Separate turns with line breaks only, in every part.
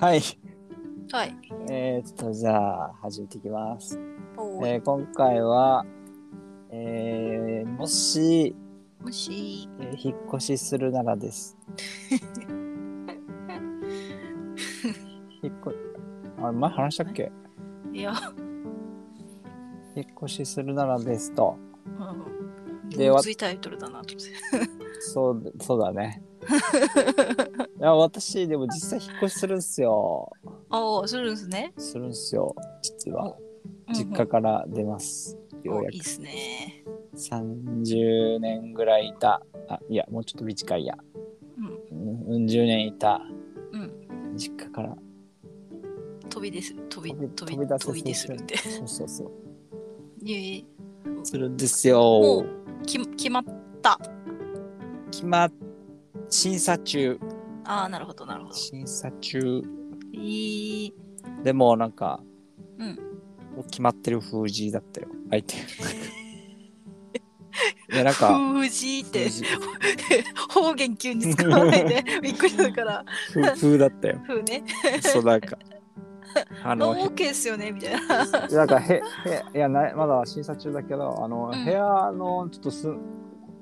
はい、
はい。
えー、っと、じゃあ、始めていきます。
おー
えー、今回は、えー、もし、
もし、
えー引っ越しするなら です。引っ越あ、前話したっけ
いや、
引っ越しするならですと。
うん。
で
で、
わ
ついタイトルだなと思って。
そう、そうだね。いや、私、でも実際引っ越しするんすよ。
ああ、するんですね。
するんすよ、実は。
うんうん
実家から出ます。ようや
おいい
く
っすね。
30年ぐらいいた。あ、いや、もうちょっと短いや。
うん。
うん、うん10年いた。
うん。
実家から
飛びです。飛び、飛び、
飛び出せ
飛びでするって。
そうそうそう。
いえい
するんですよ
う。えき決まった。
決まっ、審査中。
ああ、なるほど、なるほど。
審査中。
いい。
でも、なんか、
うん
もう決まってる封じだったよ、相 手。いや、なんか、
藤井って
封、じ
方言急に使わないで、 びっくりだから、
ふ風だったよ。
風ね。
そうなん か。あ
ノ
の、
ーオーケーっすよね、みたいな。
へなんかへ、へ、いや、なまだ審査中だけど、あの、
うん
部屋のちょっとす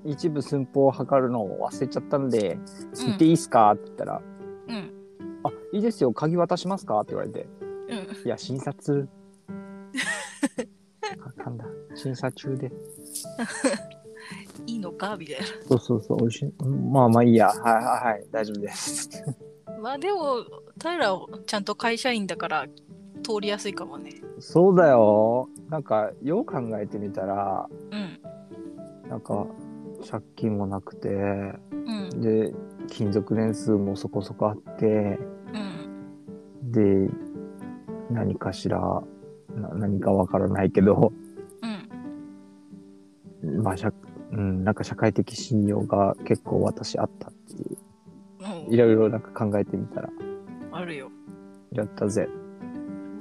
一部寸法を測るのを忘れちゃったんで、行っていいっすかって言ったら、
うん。
あ、いいですよ、鍵渡しますかって言われて、
うん。
いや、診察。あかんだ、審査中で。
いいのかみたいな。
そうそうそう、おいしい。うんまあまあいいや、はいはいはい、大丈夫です。
まあでも、平はちゃんと会社員だから通りやすいかもね。
そうだよ。なんか、よう考えてみたら、
うん。
なんか、借金もなくて、
うん。
で、勤続年数もそこそこあって、
うん。
で、何かしら、な何かわからないけど、
うん。
まあ、社うん、なんか社会的信用が結構私あったっていう、
も
いろいろなんか考えてみたら、
うあるよ。
やったぜ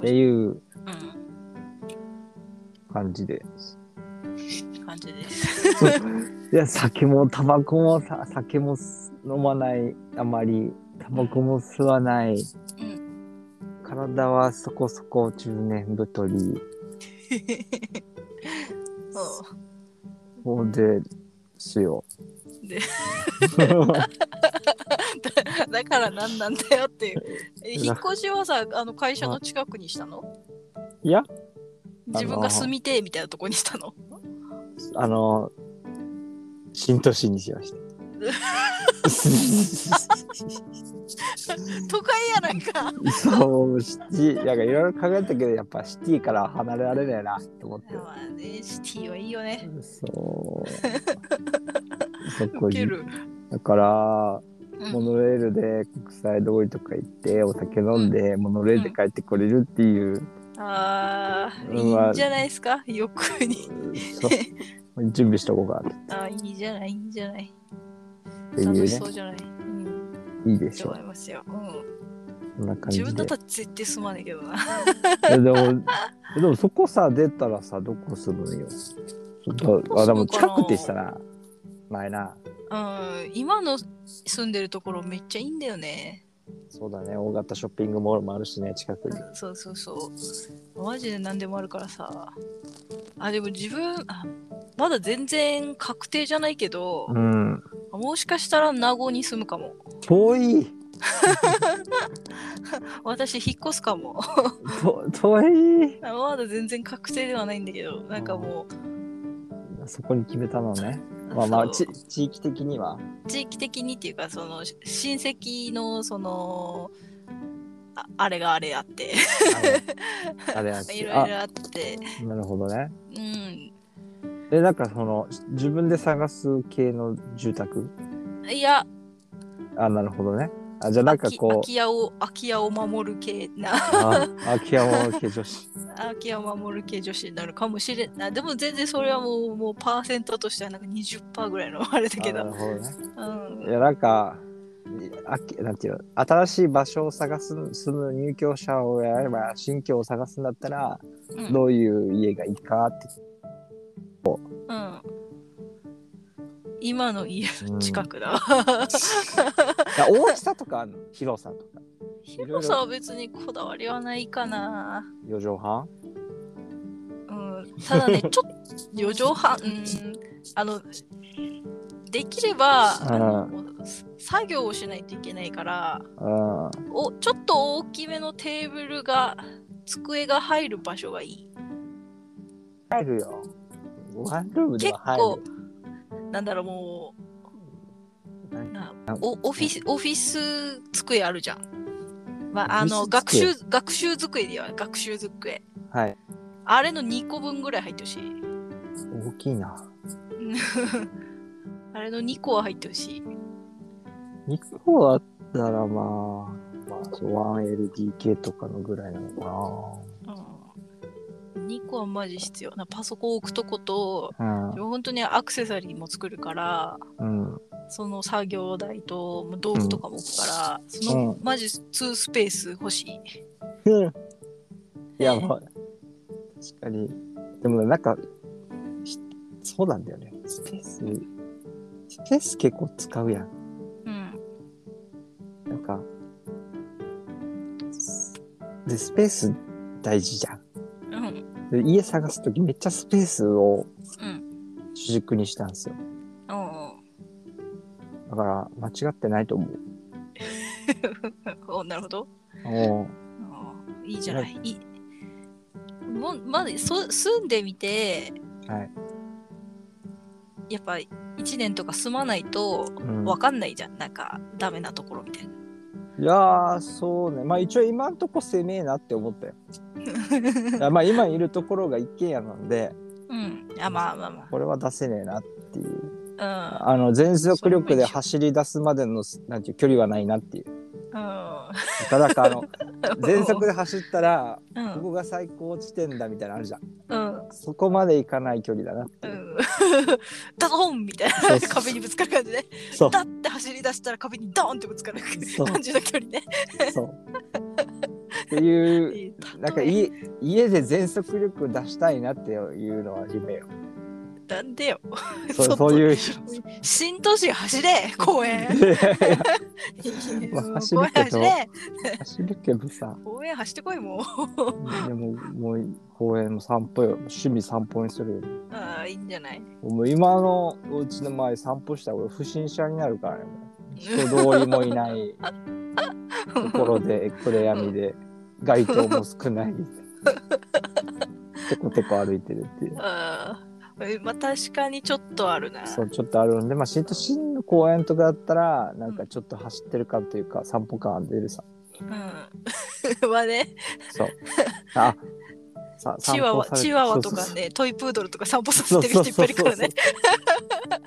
っていう
う
感じで。
ん。感じです。
いや、酒もタバコもさ、酒も飲まない、あまり、タバコも吸わない。
う
体はそこそこ中年太り。
そ
そうですよ。
う。で、だから何なんだよ っていう。え引っ越しはさ、あの会社の近くにしたの
いや、
自分が住みてえみたいなとこにしたの
あの、新都心にしました。
都会やないか。
そう、シティ、なんかいろいろ考えたけど、やっぱシティから離れられないなと思って。
まあね、シティはいいよね。
そう。そこ
ウケ
に。
る。
だから、
うん
モノレールで国際通りとか行って、お酒飲んで、モノレールで帰ってこれるっていう、
ああ、
うん
いいんじゃないですか欲に。
そう準備しとこうかな
ああ、いいじゃない、いいじゃない。
っていう
楽し
ね
そ。うじゃない。うん、
いいで
と
しょ
思いますよ。うん。
そんな感じ
自
で。
分だったら絶対住まないけどな。
いやでも、でもそこさ、出たらさ、どこ住むんよ。そっか、あ、でも
どこ住むか
近
な
くって言ってたな。前な。
うん、今の住んでるところめっちゃいいんだよね。
そうだね、大型ショッピングモールもあるしね、近くに。
そうそうそう。マジで何でもあるからさ。あ、でも自分、あまだ全然確定じゃないけど、
うん。
もしかしたら名護に住むかも。
遠い
私引っ越すかも。
と遠い
まだ全然確定ではないんだけど、なんかも
そこに決めたの ね。
う、
まあまあ、ち
そう
地域的に は。
地域的にっていうか、そのし親戚のその、ああれがあれあって、
あれあれあ
い
れ
ろいろあって、
あなるほどね。
うん、
え、なんかその、自分で探す系の住宅
いや、
あ、なるほどね。あ、じゃあなんか
空
こう、
き家を空き家を守る系な
あ、空き家を系女 子。
空き家を守る系女子になるかもしれないでも全然それはもうもうパーセントとしてはなんか20%ぐらいのあれだけ
あな
ど
るほどね。
うん
いやなんかあきなんていうの新しい場所を探す住む入居者をやれば新居を探すんだったら、
うん
どういう家がいいかって、
うん今の家
うん
近くだわ
いや大きさとかあんの広さとか
広さは別にこだわりはないかな。
4畳半
うん、ただね、ちょっと4畳半、うん、あの、できれば、あの作業をしないといけないから
うん。
お、ちょっと大きめのテーブルが、机が入る場所がいい。
入るよ。ワンルームで
結
は入
構
る。、
なんだろう、もう
何、
なおオフィス、オフィス机あるじゃん。まあ、あの、
オフィ
学
ス机
習、学習机では学習机。
はい。
あれの2個分ぐらい入ってほしい。
大きいな。
あれの2個は入ってほしい。
2個あったらまあ、まあ、そう 1LDK とかのぐらいなの
うん、2個はマジ必要なパソコン置くとこと
かな。
本当にアクセサリーも作るから
うん。うん。
その作業台ともう道具とかも置くから、その、
う
マジ2スペース欲しい
やばい。確かに。でもなんか、ひそうなんだよね。スペース、スペース結構使うやん。
うん
なんか、すで、スペース大事じゃん。
うん
で家探すときめっちゃスペースを
うん
主軸にしたんですよ。
お
だから間違ってないと思う。
ー おーなるほど
お
おーいいじゃないいいもうまずそ住んでみて
はい。
やっぱ1年とか住まないと
うん
分かんないじゃん、なんかダメなところみたいない
やー、そうね。まあ一応今んとこ狭えなって思ったよ。 いやまあ今いるところが一軒家なんで、
うんあまあまあま
これは出せねえなっていう。
あうん
あの、全速力で走り出すまでの、なんていう距離はないなっていう。
う
ただかあの、
ん。
全速で走ったら、
う
こ
ん。
こが最高地点だみたいなのあるじゃん。
うん。
そこまで行かない距離だなって
う
いう。
ん。 ダドーンみたい
そう
な
そう
壁にぶつかる感じね。
そう。
だって走り出したら壁にドーンってぶつかる
そう
感じの距離ね。
そう。っていう、
いい
なんか
例え
家家で全速力出したいなっていうのは夢 よ。
なんでよ。
そ
ちょ
う
っと
そういう。
新都心走れ公園。
まあ
もう
走
公
る
園
けど
走れ
走るけどさ、
公園走ってこいもう。
でももう公園の散歩よ、趣味散歩にするよ。
ああ、いいんじゃない
もう今のお家の前散歩したら俺不審者になるからね。もう人通りもいないとこ ろで暗闇で街灯も少ない。テコテコ歩いてるっていう。
ああ。えまあ確かにちょっとあるな。
そうちょっとあるんで、まあ、新都心の公園とかだったらなんかちょっと走ってる感というか散歩感出るさ
うん。 まあね、
そうあさ散
チワ
歩
ワ、
され
チワワ
そ
と
う
か
そう
ね、トイプードルとか散歩さ
そう
せてる
そう
人い
そう
っ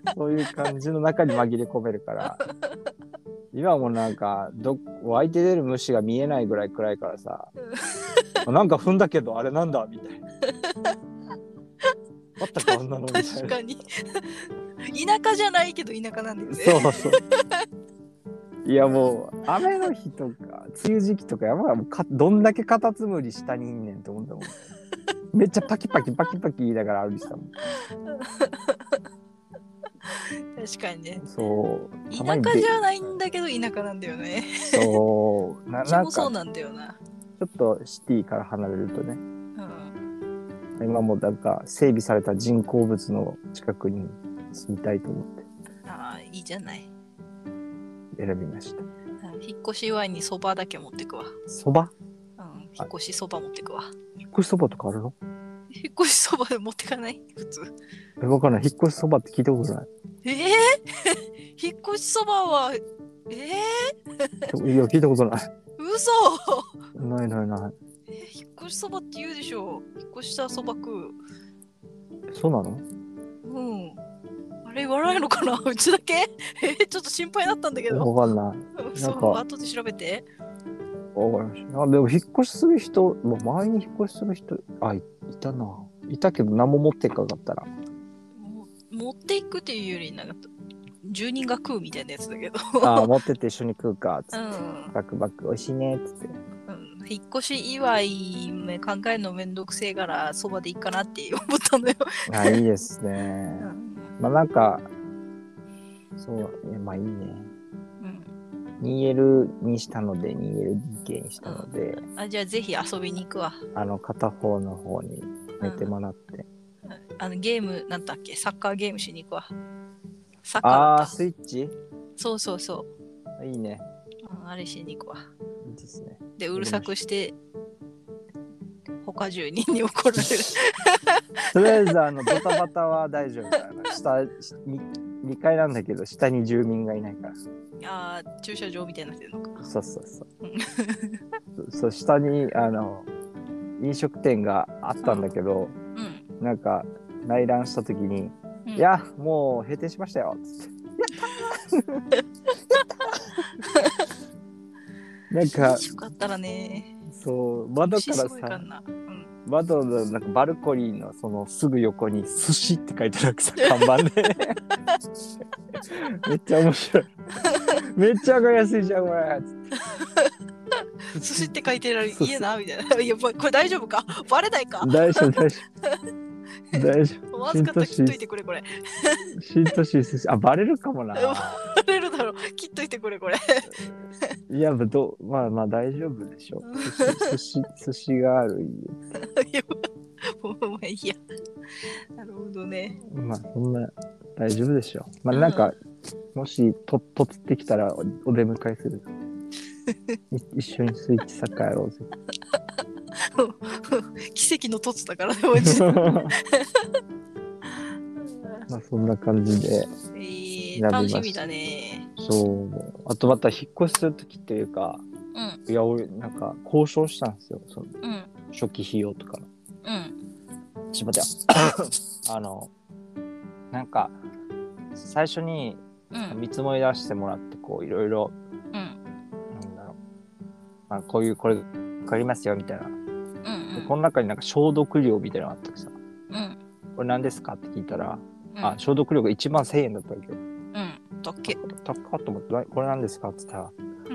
ぱ
そ
いういるか
そういう
らね。
感じの中に紛れ込めるから今もなんかど湧いて出る虫が見えないぐらい暗いからさあなんか踏んだけどあれなんだみた いなあったかあんなのみたい
確
な
かに 田舎じゃないけど田舎なんですね
そうそういやもう雨の日とか梅雨時期とか山がもうかどんだけカタツムリ下にいんねんって思ったもんめっちゃパキパキパキパキ言いながら歩いてたもん
確かにね
そう
田
たまに
舎
で
じゃないんだけど田舎なんだよね
そうな
うち
なん
も
かち
そ
ょ
うなんだよな
っとシティから離れるとね
うん
今もうなんか整備された人工物の近くに住みたいと思って
ああいいじゃない
選びました
うん引っ越し祝いにそばだけ持ってくわ、う
そば
ん、引っ越しそば持ってくわ
引っ越しそばとかあるの
引っ越しそばで持ってかない普通
えわかんない引っ越しそばって聞いたことない
ええ 引っ越しそばはええ
いや聞いたことない
嘘
ないないない
え引っ越しそばって言うでしょ引っ越したらそば食う
そうなの
うんあれ言わないのかな うちだけえちょっと心配だったんだけど
わかんない。
そ
なん
う、
か
後で調べて。
わかりました。あでも、引っ越しする人、まあ前に引っ越しする人、あ、いいたな。いたけど、何も持っていかなかった ら。
もう持っていくっていうより、なんか、住人が食うみたいなやつだけど。
あ、持ってって一緒に食うか、つ
う
って。
ん、
バックバック、美味しいね、つって。
うん。引っ越し祝いね考えるのめんどくせえから、そばでいいかなって思ったのよ。
あ、いいですね
う。ん。
まあ、なんか、そう、いやまあいいね。
うん
2L にしたので 2LDK にしたので
あじゃあぜひ遊びに行くわ。
あの片方の方に寝てもらって、
あのゲームなんだっけサッカーゲームしに行くわ。サッカー
あ
だ
あスイッチ
そうそうそ
いいね
う、うんあれしに行くわ。
いいですね
でうるさくして他住人に怒られる。
とりあえずあのドタバタは大丈夫かな下しに2階なんだけど下に住民がいないから
ああ駐車場みたいになってるのか。
そうそうそう。そそう下にあの飲食店があったんだけど、
うん。
なんか内覧した時に
うん
「いやもう閉店しましたよ」つって「やったー!」やったーなんか
よかったらね。
そう窓か
し
ら
つこいか
さ
な。うん。
窓のなんかバルコニーのそのすぐ横に「寿司」って書いてあるさ看板で めっちゃ面白いめっちゃ上がりやすいじゃんこれつって
寿司って書いてられる
そうそう
家なみたいな。いや、ばこれ大丈夫かバレないか
大丈夫大丈夫大丈
わずかったら切っといてくれこれ。
夫シートシースあバレるかも な
バレるだろう。切っといてくれこれ。
いやどうまあまあ大丈夫でしょ寿司寿司がある
いやもうもういいや。なるほどね。
家まあそんな大丈夫でしょまあなんか、もしととつってきたらおお出迎えするい一緒にスイッチサッカーやろうぜ
奇跡の凸だからね、マジで
まあそんな感じで
え
り
ー、
ます
楽しみだね。
そうあとまた引っ越しする時っていうか
うん、
いや俺なんか交渉したんですよその
うん、
初期費用とかの
うん、
ちょっと待ってよあのなんか最初に
うん、
見積もり出してもらってこういろいろ
うん、
なんだろう、まあ、こういうこれかかりますよみたいな
うん、
でこの中になんか消毒料みたいなのがあったりさ
うん、
これ何ですかって聞いたら、
うん、
あ消毒料が1万1000円だったわけど
うん、だっけ。
高っ高っと思ってなこれ何ですかって言ったら、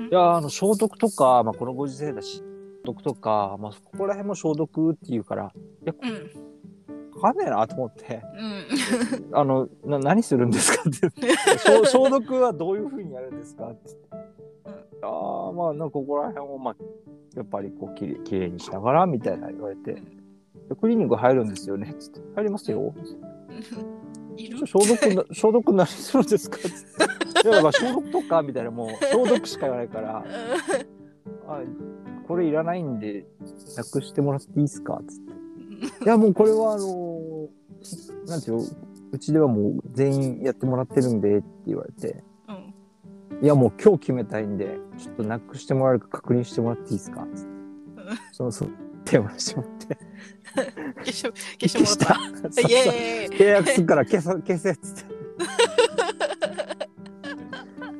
ん
いやーあの消毒とか、まあ、このご時世だし消毒とか、まあ、ここら辺も消毒って言うから
うん、
かかんねえなと思って
うん、
あのな何するんですかって消 消毒はどういうふうにやるんですかって
うん
ああまあなんかここら辺をまあやっぱりこうきれいきれいにしながらみたいな言われて
う
でクリニック入るんですよねつって入りますよ
いる
消毒 な消毒何するんですかつっていやまあ消毒とかみたいなもう消毒しか言わないからあこれいらないんでなくしてもらっていいですかつっていやもうこれはあのーなんていうのうちではもう全員やってもらってるんでって言われて
うん、
いやもう今日決めたいんでちょっとなくしてもらえるか確認してもらっていいですかつってそうそう電話してもらって
消して、消してもらっ
消したそ
た。
うそう
イエーイ
契約するから消さ消せっつって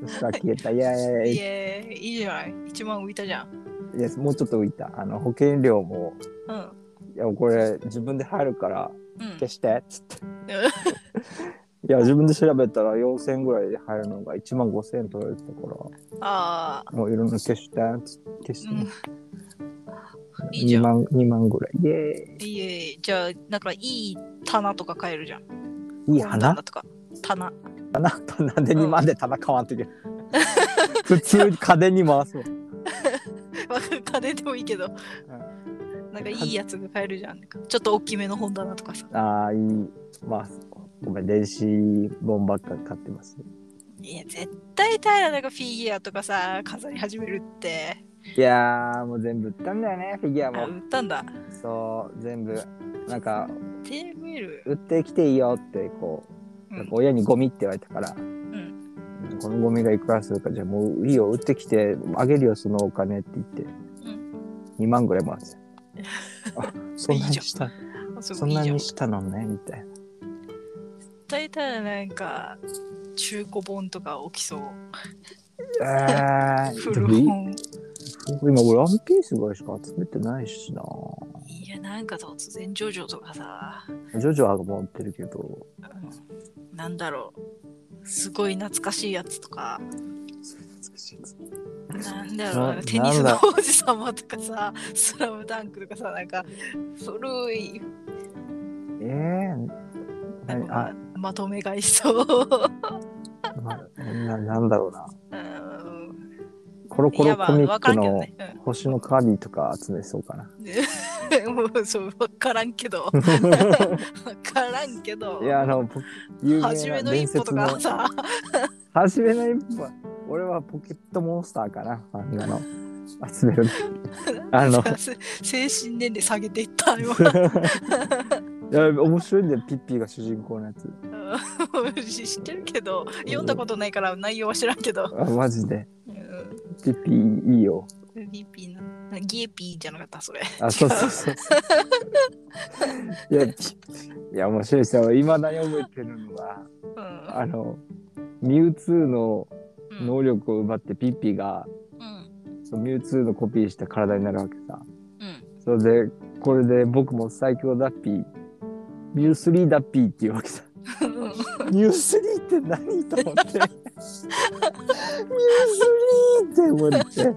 そしたら消えたいやいやい
イ
や
エーイいいじゃない ?1 万浮いたじゃん。
いやもうちょっと浮いたあの保険料も
うん。
いやこれ自分で入るから
うん
消してっつっていや自分で調べたら4000円ぐらいで入るのが1万5000円取られてたから
ああ、
もういろんな消してっつって消して、
うん。いいじゃ
2
ん。
万2万ぐらいイエ
いえいえ、じゃあ、なんかいい棚とか買えるじゃん。
ーイいい
本
花
棚とか。棚。
棚棚で2万で棚買わんといけ ない普通に家電に回すもん
わかる家電でもいいけど。なんかいいやつが買えるじゃん。なんかちょっと大きめの本棚とかさ。
ああいいまあごめん電子本ばっか買ってます
いや、絶対タイラなんかフィギュアとかさ、飾り始めるって。
いやーもう全部売ったんだよねフィギュア
あ、
も
売ったんだ。
そう全部なんか
テーブル。
売ってきていいよってこう、
うん
なんか親にゴミって言われたから、このゴミがいくらするかじゃあもういいよ売ってきてあげるよそのお金って言って、2万ぐらいもらって たあそんなにした
あす
そ
ご
ん
いいい
な
じゃん。
に
絶
したのねみたいな
対タイラなんか中古本とか起きそう。
えー、で
古
もい
本。
今俺ワンピースぐらいしか集めてないしない
や、なんか突然ジョジョとかさ、
ジョジョは持ってるけど
なんだろう。すごい懐かしいやつとか、なんだろう
な、
テニス
な
の
んだ
王子様とかさ、スラムダンクとかさ、なんか古い、
えー、
な
な
んかま とめ買いしそう。
あ、まななんだろうな
うん
コロコ
いや
ロ
ま
コ
あ
ミ
分
ッ
か
ク
らんけど
の
ね、
星のカービィとか集めそうかな。
うん、も うそう分から んけど分からんけど
いや、あの、ポ有
初
名
め
な
の
伝
一歩
説
と
の。
かさ
初めの一歩は、俺はポケットモンスターかな、漫画の。集 める。あの、
せ 精神年齢下げていった今
いや面白いんだよ、ピッピーが主人公のやつ。
うん 知ってるけど読んだことないから内容は知らんけど、
あマジで。
うん
ピッピーいいよ。
ギーピーなギーピーじゃなかったそれ
あ、そうそうそう。いや、いや、面白いですよ。いまだに覚えてるのは、
うん
あの、ミュウツーの
うん
能力を奪ってピッピーが、
うん
そのミュウツーのコピーした体になるわけさ。
うん
それで、これで僕も最強ダッピー、ミュースリーダッピーっていうわけさ。
うん
ミュースリーって何と思って。ミュースリーって思って。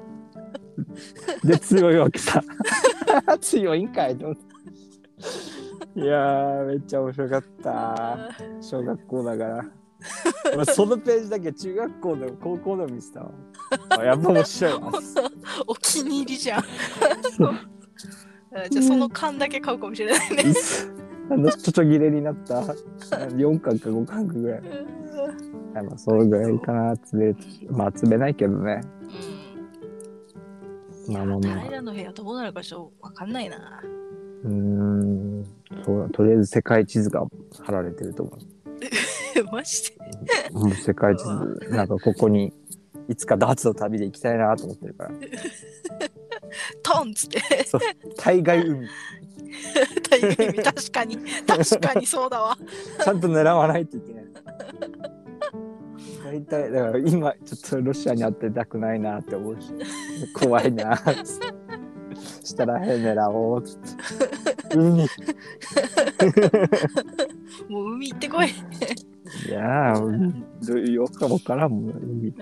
で、強いわけさ。 強いんかいと思って。いやー、めっちゃ面白かった。小学校だから。俺そのページだけ中学校でも高校でも見てたわ。あやっぱ面白いわ。
お気に入りじゃん。 じゃあその缶だけ買うかもしれないね。
あのちょちょ切れになった4巻か5巻かぐらい。あのそれぐらいかな集めるまあ集めないけどね。
いや
まあまあまあ
平の部屋どうなるかちょっとわかんないな。
うーんそうだとりあえず世界地図が貼られてると思
マジで
う。もう世界地図なんかここにいつかダーツの旅で行きたいなと思ってるから。
トンっつって
大概海ち
大概見確かに確かにそうだわ。
ゃんと狙わないといけない。大体だから今ちょっとロシアに会ってたくないなって思うし怖いなっつってしたらへん狙おうっつって海
もう海行ってこい。
いやー、どうよくわからんもん、海。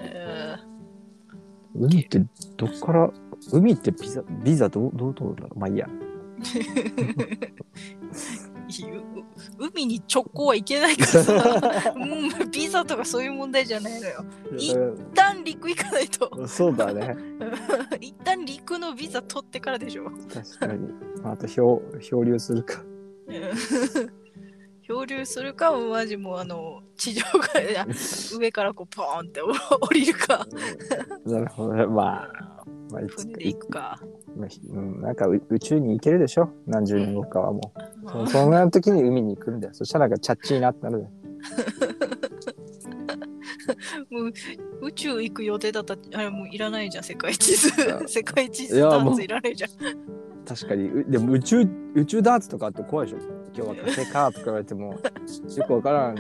海ってどっから、海ってビザ、ビザどう、どう通るんだろうまあいいや。
海に直行はいけないからさ、うん、ビザとかそういう問題じゃないのよ。い一旦陸行かないと。
そうだね。
一旦陸のビザ取ってからでしょ。
確かに。まあ、あと漂、漂流する か。
漂流するかマジもうあの地上からいや上からこうポーンってお降りるか
なるほどね。まあ、まあ、いつ
船
か、
で
い
行くか、
まあひうんなんかう宇宙に行けるでしょ何十年後かはもう。そ
うん
そんな時に海に行くんだよ。そしたらなんかチャッチーなってなるじゃん
もう宇宙行く予定だったらあれもういらないじゃん世界地図
いや
世界地
い
図
や
ダー
も
ツ
う
いらないじゃん
確かにうでも宇宙宇宙ダーツとかあって怖いでしょ今日は火星かとか言われてもよくわからん、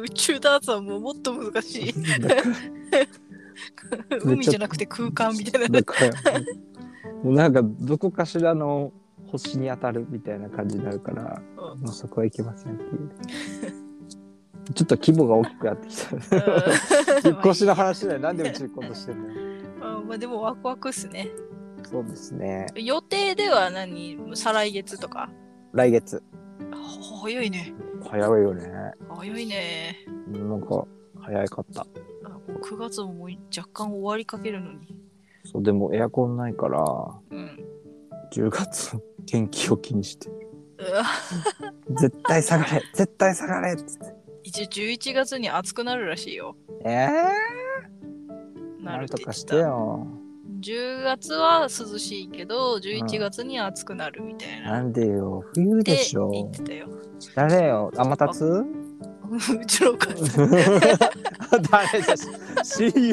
宇宙ダーツはもうもっと難しい
めっ
海
ちゃ
じゃなくて空間みたいな
だからもうなんかどこかしらの星に当たるみたいな感じになるから
う
もうそこは行けませんっていうちょっと規模が大きくな ってきた
うん
引っ越しの話だよなんでうちに行こうとしてんの
まあまあでもワクワクっすね
そうですね
予定では何再来月とか
来月
あ早いね
早いよね
早いね
なんか早かった
あもう9月ももう若干終わりかけるのに。
そうでもエアコンないから
うん。
10月の天気を気にして
うわ
絶対下がれ絶対下がれっつって
一応11月に暑くなるらしいよ。
ええ
な
な
る
ん
っ
と
て言
か
っ
してて
た。
よ
10月は涼しいけど、
う
11
ん
月に暑くなるみたいな。
なんでよ冬
って
でしょ
言ってたよ。
誰よ天達
うちのお母さん。
誰だ信用性ゼロじ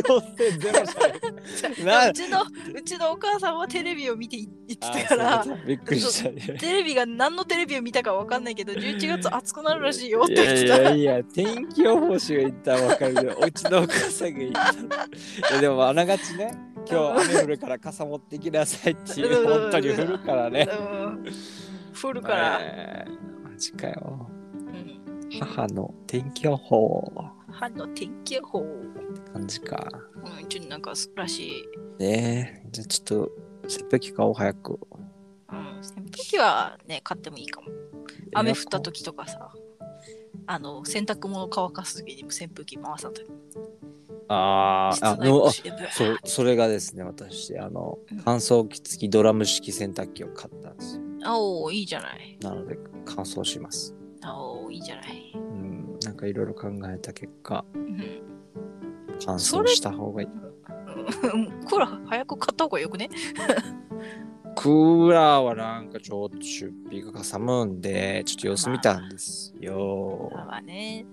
ゃん
うちのうちのお母さんはテレビを見てい言ってたから、
びっくりしたね
テレビが何のテレビを見たかわかんないけど、11月暑くなるらしいよっ
い
て言
や
って
い
た。
やいや天気予報士が言ったらわかるけどうちのお母さんが言ったいやでもあながちね今日雨降るから傘持ってきなさいっていう本当に降るからね
うん降るから、
えーマジかよ
うん、
母の天気予報
春の天気予報、う
って感じか
ん、ちょっとなんからしい。
ねえじゃあちょっと扇風機買おう早く
うん、扇風機はね、買ってもいいかも。雨降った時とかさ、あの、洗濯物乾かす時にも扇風機回さんと。
ああーあ
室内
の
干
あ
しでブワー
そうそれがですね私あの
うん
乾燥機付きドラム式洗濯機を買ったんですよ
あおーいいじゃない。
なので乾燥します
あおーいいじゃない。
うんなんかいろいろ考えた結果
うん
乾
そ
燥
れ
した方がいい
うんクーラー早く買った方がよくね。
クーラーはなんかちょっと出費がかさむんでちょっと様子見たんですよ、
まあまあね。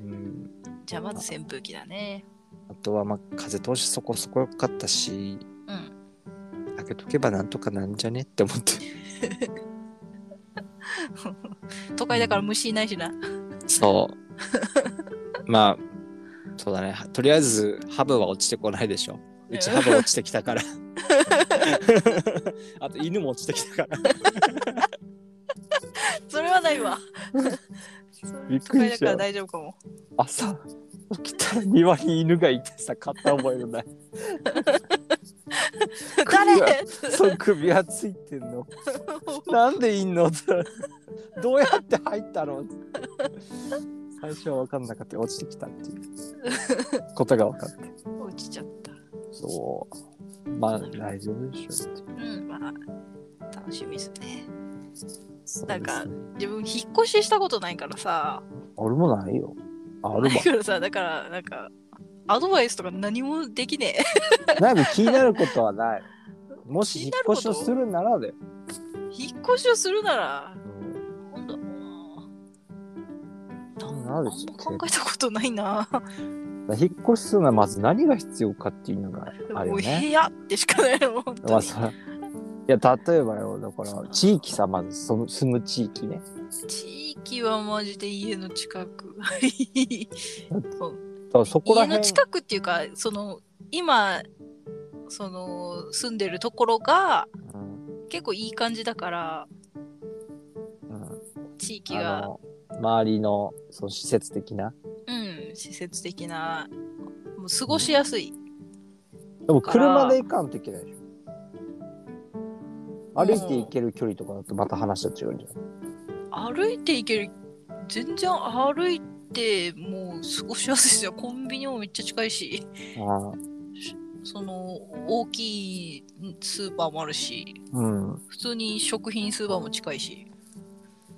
うん、
じゃあまず扇風機だね。
あとはまあ風通しそこそこ良かったし
うん。
開けとけばなんとかなんじゃねって思って
都会だから虫いないしな。
そう。 まあ、そうだね。とりあえず、ハブは落ちてこないでしょ。うちハブ落ちてきた から。 あと、犬も落ちてきたから。
それはないわ。 そ
び
れ
っ
都
くり
会
し
だ
た
から大丈夫かも。
朝、起きたら庭に犬がいてさ、買った覚えがない。
誰
そう、首輪ついてん の。なんでいんのって どうやって入ったのって最初は分かんなかった。落ちてきたっていう ことが分かって。
落ちちゃった。
そう。まあ、大丈夫でしょうっていう。
うん、まあ、楽しみですね。
そう
なんか
ですね
自分、引っ越ししたことないからさ、
俺もないよ。あるわ
だ。からさ、だから、なんか、アドバイスとか何もできね え。
なんか気になることはない。もし引
気に
っ
なるこ
越
と
しをするならで。
引っ越しをするなら、なんだろうな。なん
な
あん
ん
ま
ですって
考えたことないな。
引っ越しするならまず何が必要かっていうのがあるよ
もう部
ね。
屋ってしかないの、本当
まあ、
に。
そういや例えばよだから地域さまずその住む地域ね
地域はマジで家の近く。
だからそこら
家
辺
の近くっていうかその今その住んでるところが
うん
結構いい感じだから
うん
地域
あ
が
の周りのその施設的な
うん施設的なもう過ごしやすい、
でも
から
車で行かんといけないでしょ歩いて行ける距離とかだとまた話は違うんじゃない
歩いて行ける全然歩いてもう過ごしやすいですよコンビニもめっちゃ近いし
ああ
その大きいスーパーもあるし
うん
普通に食品スーパーも近いし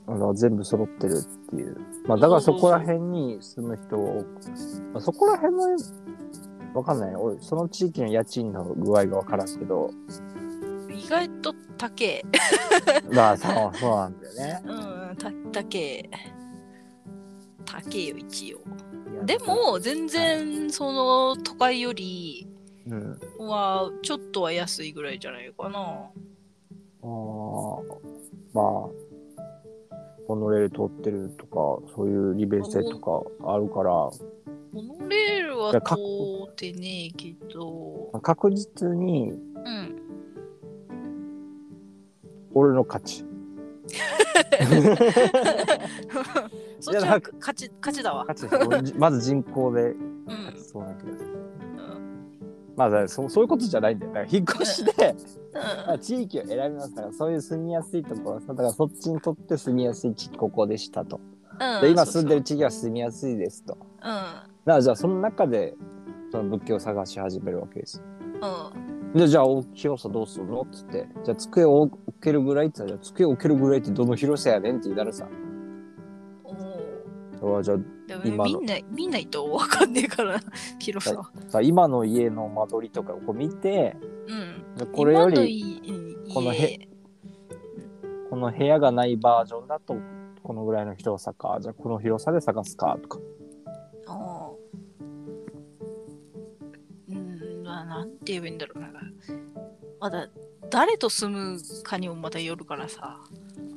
あの全部揃ってるっていう。まあだからそこら辺に住む人を、まあ、そこら辺もわかんない。俺その地域の家賃の具合がわからんけど、
意外と高え
だからさそうなんだよね。
うんた高え高えよ一応
いや
で、も全然その都会より
うん。
はちょっとは安いぐらいじゃないかな。
あーまあ、ホノレール通ってるとか、そういう利便性とかあるから、
モノレールはい通
やかっ
ってねえけど、
確実に
うん。
俺の価値。
そっち
いやな
は
ん
勝ち勝ちだわ。
価値俺じ まず人口で
うん。
そうな気がする。
うん
まあだからそうそういうことじゃないんだよ。だから引っ越しで、
う
まあ、地域を選びますからそういう住みやすいところさだからそっちにとって住みやすい地域ここでしたと
ん。
で今住んで
る。
る地域は住みやすいですとだか
うん。
らじゃあその中でその物件を探し始めるわけです
うん。
でじゃあ大きい広さどうするのっつってじゃあ机を置けるぐらいって言ったらじゃあ机置けるぐらいってどの広さやねんってなるさ
おー
あじゃ
でも
今
み
の
んな、みんないとわかんねえから、広さは。
あさ今の家の間取りとかをこう見て
うん。
じゃあこれよ
今の
り
いいうん
この
家
へこの部屋がないバージョンだとこのぐらいの広さかじゃあこの広さで探すかとか
ああ。うーん、まあ、なんて言えばいいんだろう。なんか、まだ、誰と住むかにもまたよるからさ、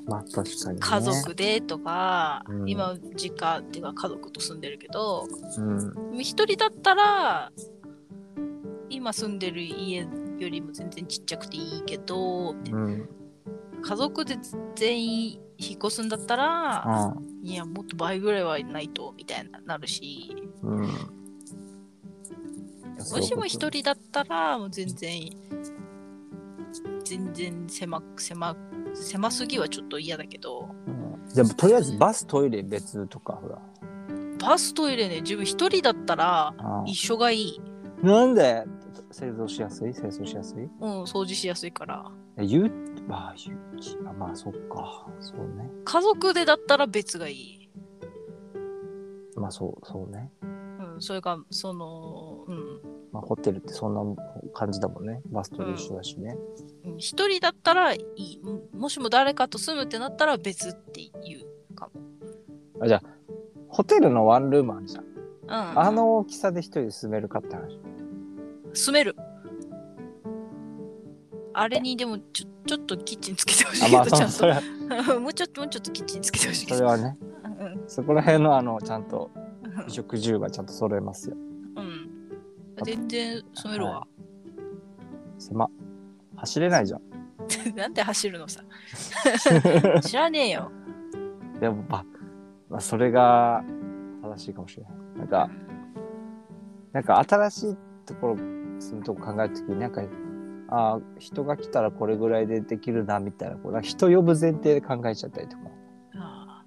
まあ確かに、ね、
家族でとか、
うん
今、実家っていうか家族と住んでるけど、
うん
一人だったら、今住んでる家よりも全然ちっちゃくていいけど、
うん
家族で全員引っ越すんだったら、
あ
いや、もっと倍ぐらいはないと、みたいな、なるし、
うん。
もしも一人だったらもう全然全然狭く狭く狭すぎはちょっと嫌だけど
うんじゃあとりあえずバストイレ別とかほら
バストイレね自分一人だったら
あ
一緒がいい
なんで製造しやすい清掃しやすい
うん、掃除しやすいから。
え言う、まあ、言う気あまあ、そっか。そうね。
家族でだったら別がいい。
まあ、そう、そうね。
うん、それが、その、う
まあ、ホテルってそんな感じだもんね。バスと一緒だしね。
ん、一人だったらいい。うんもしも誰かと住むってなったら別っていうかも。
あじゃあ、ホテルのワンルームあるじゃん。
うん、
あの大きさで一人で住めるかって話。
住める。あれにでもちょ、ちょっとキッチンつけてほしい
あ、
け
ま
ど、
あ、
ち
そ
ゃん
それは、
と。もうちょっと、もうちょっとキッチンつけてほしいけ
そ
ど。
れはね。
うん
そこら辺の、あの、ちゃんと、
うん
食住はちゃんと揃えますよ。
うん。全然住めるわ。
狭っ走れないじゃん。
なんで走る のさ。知らねえよ。
でも、まあ、まあ、それが正しいかもしれない。なんか、なんか新しいところ、そのとこ考えるときに、なんか、ああ、人が来たらこれぐらいでできるな、みたいな、こうなんか人呼ぶ前提で考えちゃったりとか
あ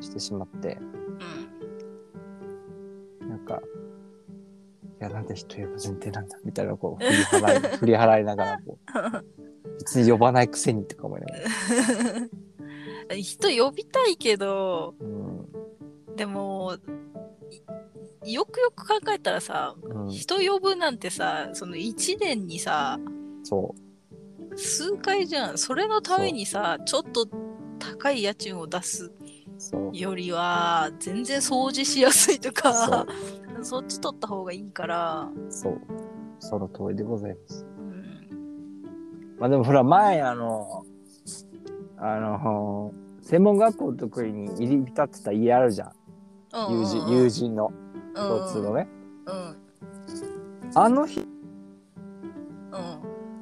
してしまって、
ーうん
なんか、いや、なんで人呼ぶ前提なんだ、みたいな、こう、振り払い、振り払いながら、こう、別に呼ばないくせにとか思いながら。
人呼びたいけど、
うん
でも、いよくよく考えたらさ、
うん、
人呼ぶなんてさ、その1年にさ、
そ
数回じゃん。それのためにさ、ちょっと高い家賃を出す
う、そう。
よりは、全然掃除しやすいと
そう
か、そっち取った方がいいから、
そう。その通りでございます。
うん、
まあでもほら、前あの、あの、専門学校の時に入り浸ってた家あるじゃん。友人、友人の共通のね。
うん
あの日、
うん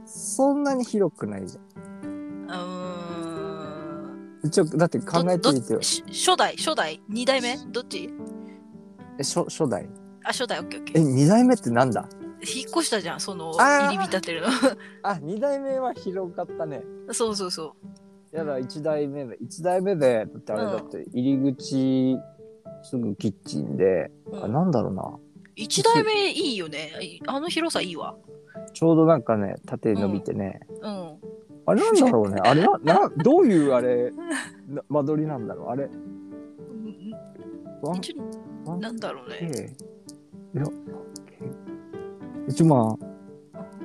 そんなに広くないじゃん。
うーん
一応、だって考えてみて
ど
よ
ど。し初代初代二代目どっち
え、初初代
あ初代オッケーオッケ
え、
ー
二代目ってなんだ
引っ越したじゃんその
あー
入り浸ってる
あ、二代目は広かったね。
のそうそうそ
やだ、一代目で。一代目で、だってあれだって、入り口、すぐキッチンで、
う、う
あ、
ん
なんだろうな。
一代目いいよねいあの広さいいわ
ちょうどなんかね、縦に伸びてね、
うん
あれなんだろうね。あれな、 な、どういうあれ、な間取りなんだろう。あれ、
うん
ワン
一
ワン
なんだろうね
K? いや、一応ま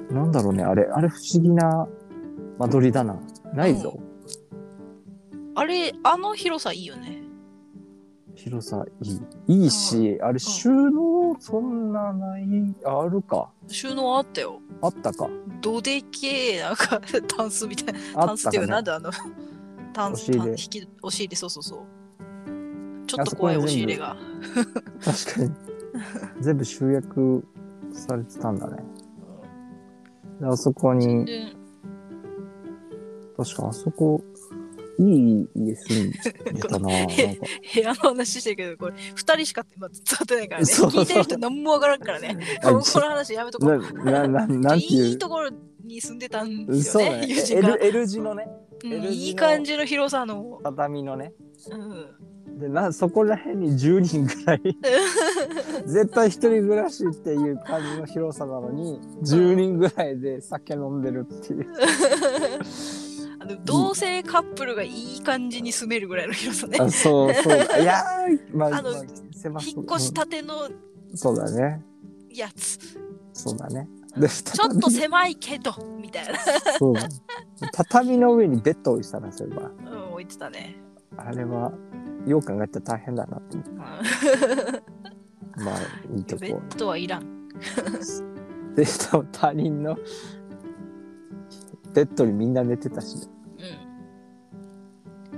あ、なんだろうね。あれ、あれ不思議な間取りだな。ないぞ。
あれあの広さいいよね
広さいい。いいし、あれ収納そんなない、ああるか。
収納あったよ
あったか。
どでけえなんかタンスみたいなタ
あ
ン
っ
ス
た
っていうかな
か、
ん
ね。
であのタン
押し
ス
入れ
タン引き押し入れそうそうそうちょっと怖い
あそこ
押
に
し入
全部
れが
確か に。全部集約されてたんだね。であそこ
うん全
に、
然
確かあそこ、いい家住んでたな。 なんか
部屋の話してるけど、これ、二人しか今ずっと会ってないからね。
そうそう
聞いてる人何もわからんからね。
あ
もうこの話やめとこう。
な、な、ななんて
い
い。
いうところに住んでたんです
そう
よ
だ
ね、
ね。
友
え
人が
L, L 字のね、
うん
L 字の
いい感じの広さの。
畳のね。
うん、
で、な、そこら辺に10人ぐらい。 絶対一人暮らしっていう感じの広さなのに、10人ぐらいで酒飲んでるっていう。
あの同性カップルがいい感じに住めるぐらいの広さね。
あ、そう、そう だ。いやー、まあ、
あの
まあ狭そう
引っ越したての
うんそうだね。
や つ。
そうだね。
うん
で、
ちょっと狭いけど、みたいな。
そうだね畳の上にベッドを置いてたな、そういえば。
うん、置いてたね。
あれは、よう考えたら大変だなって思
うん
う。まあ、いいと
ベ
こ。
ッドはいらん。
で多分他人のベッドにみんな寝てたしね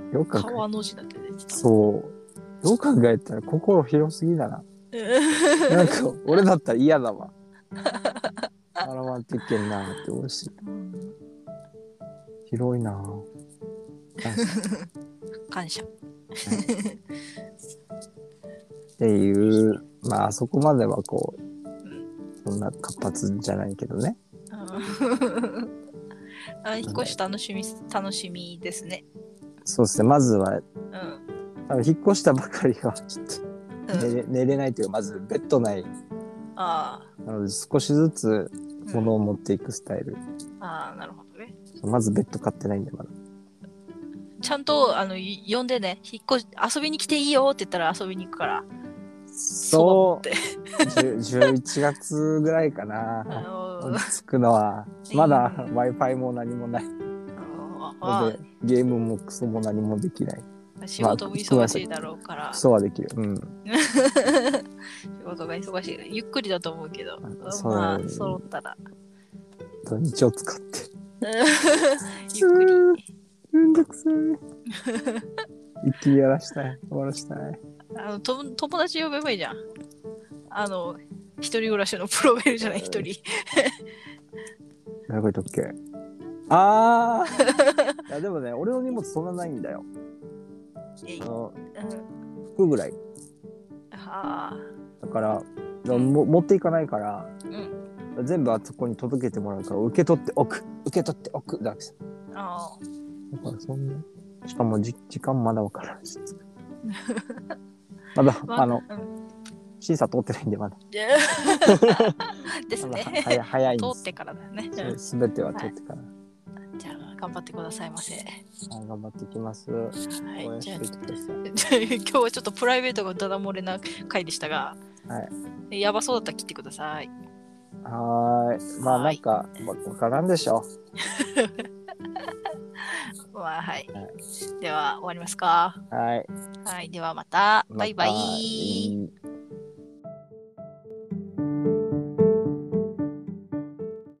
うん。
よく考
川の字だって出て
え
た。
そうよく考えたら心広すぎだななんか俺だったら嫌だわあらまっていけんなって思うし
うん
広いなぁ
感謝。
っていうまああそこまではこ
うん
うそんな活発じゃないけどね
あ引っ越し楽しみ楽しみですね。
そうですねまずは
うん。
多分引っ越したばかりはちょっと
うん
寝れ寝れないというかまずベッドない
あ
なので少しずつ
ー、うん
物を持っていくスタイル。
あーなるほどね。
まずベッド買ってないんでまだ。
ちゃんとあのい呼んでね、引っ越し遊びに来ていいよって言ったら遊びに行くから、
そ
そ
う、
う
10 11月ぐらいか
あ
な。
のー
落ち着くのは、まだ
うん
Wi-Fi も何もない
あー
の
あ
で、ゲームもクソも何もできない。
ー仕事も忙しいだろうから、
ク
仕
ソはできる。うん。
事が忙しい。ゆっくりだと思うけど、
そう
まあ、揃ったら、
土日を使って。
ゆっくり。
めんどくさい。一気にやらしたい。終わらしたい。
あのと友達呼べばいいじゃん。あの、一人暮らしのプロフィールじゃない、一人。
何これとっけあーいやでもね、俺の荷物そんなないんだよ。
えい
あの
うん
服ぐらい。
ああ、
だから、も持っていかないから、全部あそこに届けてもらうから、受け取っておく、受け取っておくだけさ。
あ
だからそんな。しかもじ時間まだわからないし。 まだ、
あ。
あの、
まうん
審査通ってないんで、まだ。
で です
まだ
ね。
早い早いんで
通っ
す
てからだね。う
そう。すべては通ってから。
んじゃあ、頑張ってくださいませ。は
はい頑張っていきます。応
い、
援
じゃ
し
あ
てい。てください。
今日はちょっとプライベートがダダ漏れな回でしたが、
は
やばそうだったら切ってください。
はーい。まあ
は
な
ー
ん
い
か、わわからんでしょ。
まあ、はい
は。
では、終わりますか。
はい。
はい、ではまた。
また
バイバイ。
いい